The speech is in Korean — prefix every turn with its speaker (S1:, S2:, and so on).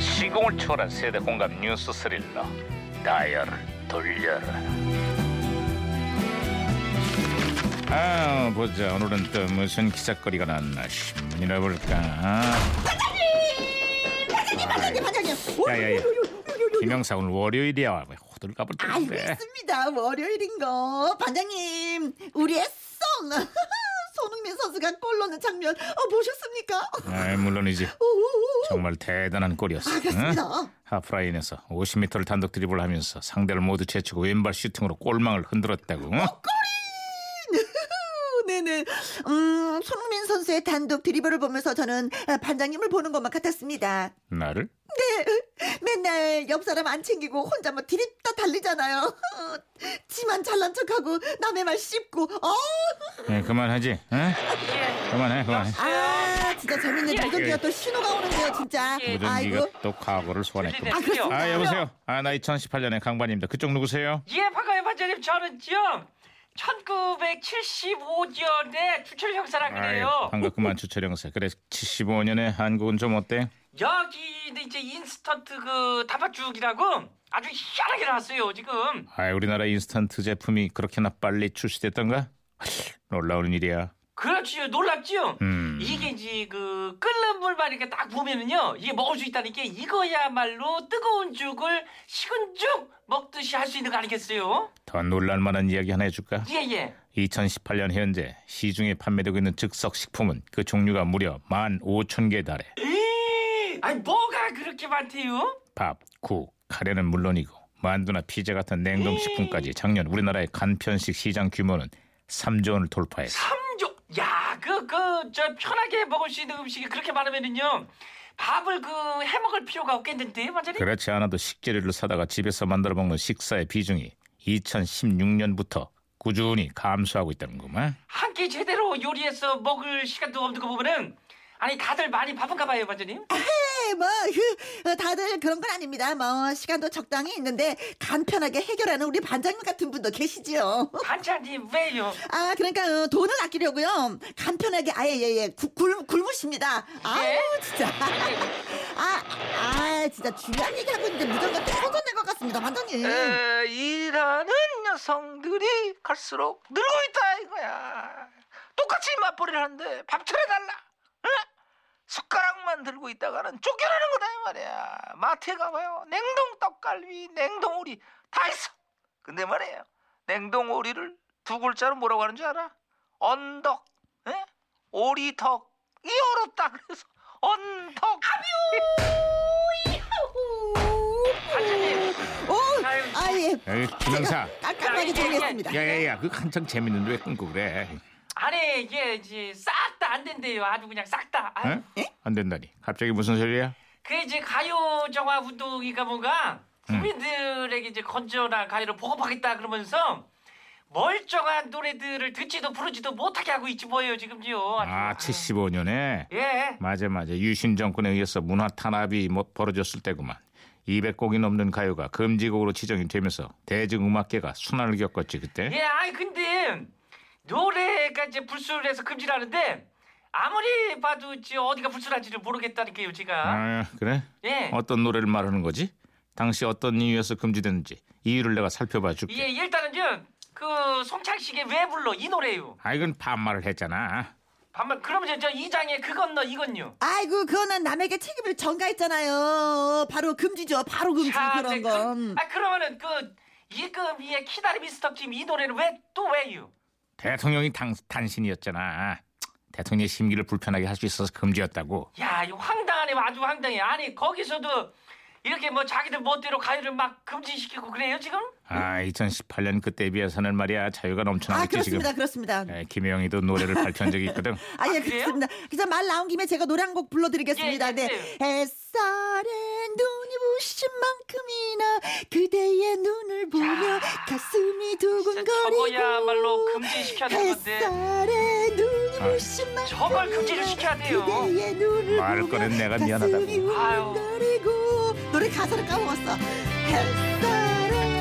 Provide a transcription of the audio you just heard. S1: 진공을 초월한 세대 공감 뉴스 스릴러 다이얼 돌려라 아 보자 오늘은 또 무슨 기사거리가 났나 신문이나 볼까
S2: 반장님 반장님
S1: 아, 예. 야야야 김영사 오늘 월요일이야 왜 호들갑을
S2: 알고
S1: 떨래
S2: 있습니다 뭐 월요일인 거 반장님 우리의 송 손흥민 선수가 골 넣는 장면 어, 보셨습니까?
S1: 아, 물론이지
S2: 오오오.
S1: 정말 대단한 골이었어
S2: 아,
S1: 응?
S2: 그렇습니다
S1: 하프라인에서 50m를 단독 드리블하면서 상대를 모두 제치고 왼발 슈팅으로 골망을 흔들었다고 응?
S2: 네네 음, 손흥민 선수의 단독 드리블을 보면서 저는 아, 반장님을 보는 것만 같았습니다
S1: 나를?
S2: 맨날 옆 사람 안 챙기고 혼자 뭐 드립다 달리잖아요 지만 잘난 척하고 남의 말 씹고 어,
S1: 예, 그만하지 응?
S3: 예,
S1: 아, 그만해 그만해
S2: 아 진짜 재밌는
S1: 예.
S2: 늙은기가 또 신호가 오는데요 진짜
S1: 무전 기가
S2: 아이고
S1: 또 과거를 소환했군
S2: 아 그렇습니다
S1: 아 여보세요 아 나 2018년에 강반입니다 그쪽 누구세요?
S3: 예, 반가워요, 반장님. 저는 지금 1975년에 주철 형사라
S1: 아, 예,
S3: 그래요.
S1: 반갑구만 주철영사 그래 75년에 한국은 좀 어때?
S3: 여기는 이제 인스턴트 그 단팥죽이라고 아주 희한하게 나왔어요, 지금.
S1: 아 우리나라 인스턴트 제품이 그렇게나 빨리 출시됐던가? 놀라운 일이야
S3: 그렇지요, 놀랍지요?
S1: 음.
S3: 이게 이제 그 끓는 물만 이렇게 딱 보면은요, 이게 먹을 수 있다는 게 이거야말로 뜨거운 죽을 식은 죽 먹듯이 할 수 있는 거 아니겠어요?
S1: 더 놀랄만한 이야기 하나 해줄까?
S3: 예, 예.
S1: 2018년 현재 시중에 판매되고 있는 즉석 식품은 그 종류가 무려 15,000개에 달해
S3: 에이, 아니, 뭐가 그렇게 많대요?
S1: 밥, 국, 카레는 물론이고 만두나 피자 같은 냉동식품까지 작년 우리나라의 간편식 시장 규모는 3조 원을 돌파했어
S3: 삼조 야, 그, 그, 저, 편하게 먹을 수 있는 음식이 그렇게 많으면은요, 밥을 그, 해 먹을 필요가 없겠는데, 완전히?
S1: 그렇지 않아도 식재료를 사다가 집에서 만들어 먹는 식사의 비중이 2016년부터 꾸준히 감소하고 있다는구만
S3: 한 끼 제대로 요리해서 먹을 시간도 없는 거 보면은, 아니, 다들 많이 바쁜가 봐요, 완전히.
S2: 네, 뭐 휴, 어, 다들 그런 건 아닙니다. 뭐 시간도 적당히 있는데 간편하게 해결하는 우리 반장님 같은 분도 계시지요.
S3: 반찬이 왜요?
S2: 아 그러니까 어, 돈을 아끼려고요. 간편하게 아예 예예 굶 굶으십니다. 아우 진짜. 아, 아 진짜 중요한 얘기하고 있는데 무전기가 터져낼 것 같습니다, 반장님.
S3: 예. 일하는 여성들이 갈수록 늘고 있다, 이거야. 똑같이 맞벌이를 하는데, 밥 차려달라!
S4: 숟가락만 들고 있다가는 쫓겨나는 거다 이 말이야. 마트에 가봐요. 냉동 떡갈비, 냉동 오리 다 있어. 근데 말이에요. 냉동 오리를 두 글자로 뭐라고 하는 줄 알아? 언덕, 예? 오리덕. 이 어렵다 그래서 언덕.
S2: 오, 아예
S1: 에이, 김영사
S2: 깜깜하게 정리했습니다.
S1: 야야야 그거 한창 재밌는데 왜 끊고 그래
S3: 아니, 이게 이제 싹 다 안 된대요. 아주 그냥 싹 다. 아유.
S1: 응? 안 된다니 갑자기 무슨 소리야?
S3: 그 이제 가요 정화 운동이가 뭔가
S1: 음.
S3: 국민들에게 이제 건전한 가요를 보급하겠다 그러면서 멀쩡한 노래들을 듣지도 부르지도 못하게 하고 있지 뭐예요 지금요.
S1: 아 75년에
S3: 예.
S1: 맞아 맞아 유신 정권에 의해서 문화 탄압이 뭐 벌어졌을 때구만 200곡이 넘는 가요가 금지곡으로 지정이 되면서 대중음악계가 순환을 겪었지 그때
S3: 예, 아니 근데 노래가 이제 불순해서 금지라는데 아무리 봐도 이제 어디가 불순한지를 모르겠다는 게요 제가.
S1: 아 그래?
S3: 예.
S1: 어떤 노래를 말하는 거지? 당시 어떤 이유에서 금지됐는지 이유를 내가 살펴봐 줄게
S3: 예, 일단은요. 그 송창식의 왜 불러 이 노래요.
S1: 아 이건 반말을 했잖아
S3: 반말 그러면 저 이장의 그건 너 이건요.
S2: 아이고 그거는 남에게 책임을 전가했잖아요. 바로 금지죠, 바로 금지
S3: 자,
S2: 그런
S3: 네,
S2: 건.
S3: 그, 아 그러면은 그 이금희의 키다리 미스터 김 이 노래는 왜 또 왜요?
S1: 대통령이 당, 단신이었잖아 대통령의 심기를 불편하게 할 수 있어서 금지였다고
S3: 야, 이 황당하네, 아주 황당해. 아니 거기서도 이렇게 뭐 자기들 멋대로 가요를 막 금지시키고 그래요 지금?
S1: 아 2018년 그때에 비해서는 말이야 자유가
S2: 아
S1: 넘쳐나겠지 지금
S2: 그렇습니다, 그렇습니다.
S1: 예, 김혜영이도 노래를 발표한 적이 있거든
S2: 아, 예,
S3: 아, 그래요?
S2: 그렇습니다. 그래서 말 나온 김에 제가 노래 한 곡 불러드리겠습니다.
S3: 예, 예,
S2: 네.
S3: 예.
S2: 햇살에 눈이 부신 만큼이나 그대의 눈을 보며 가슴이 두근거리고
S3: 저거야말로 금지시켜야 되는 건데.
S2: 햇살에 눈이
S1: 아유,
S2: 부신 만큼
S3: 저걸 금지를 시켜야 돼요.
S2: 그대의 눈을
S1: 말
S2: 보며
S1: 꺼낸 내가
S2: 가슴이
S1: 미안하다고.
S3: 아유.
S2: 두근거리고 노래 가사를 까먹었어. 햇살에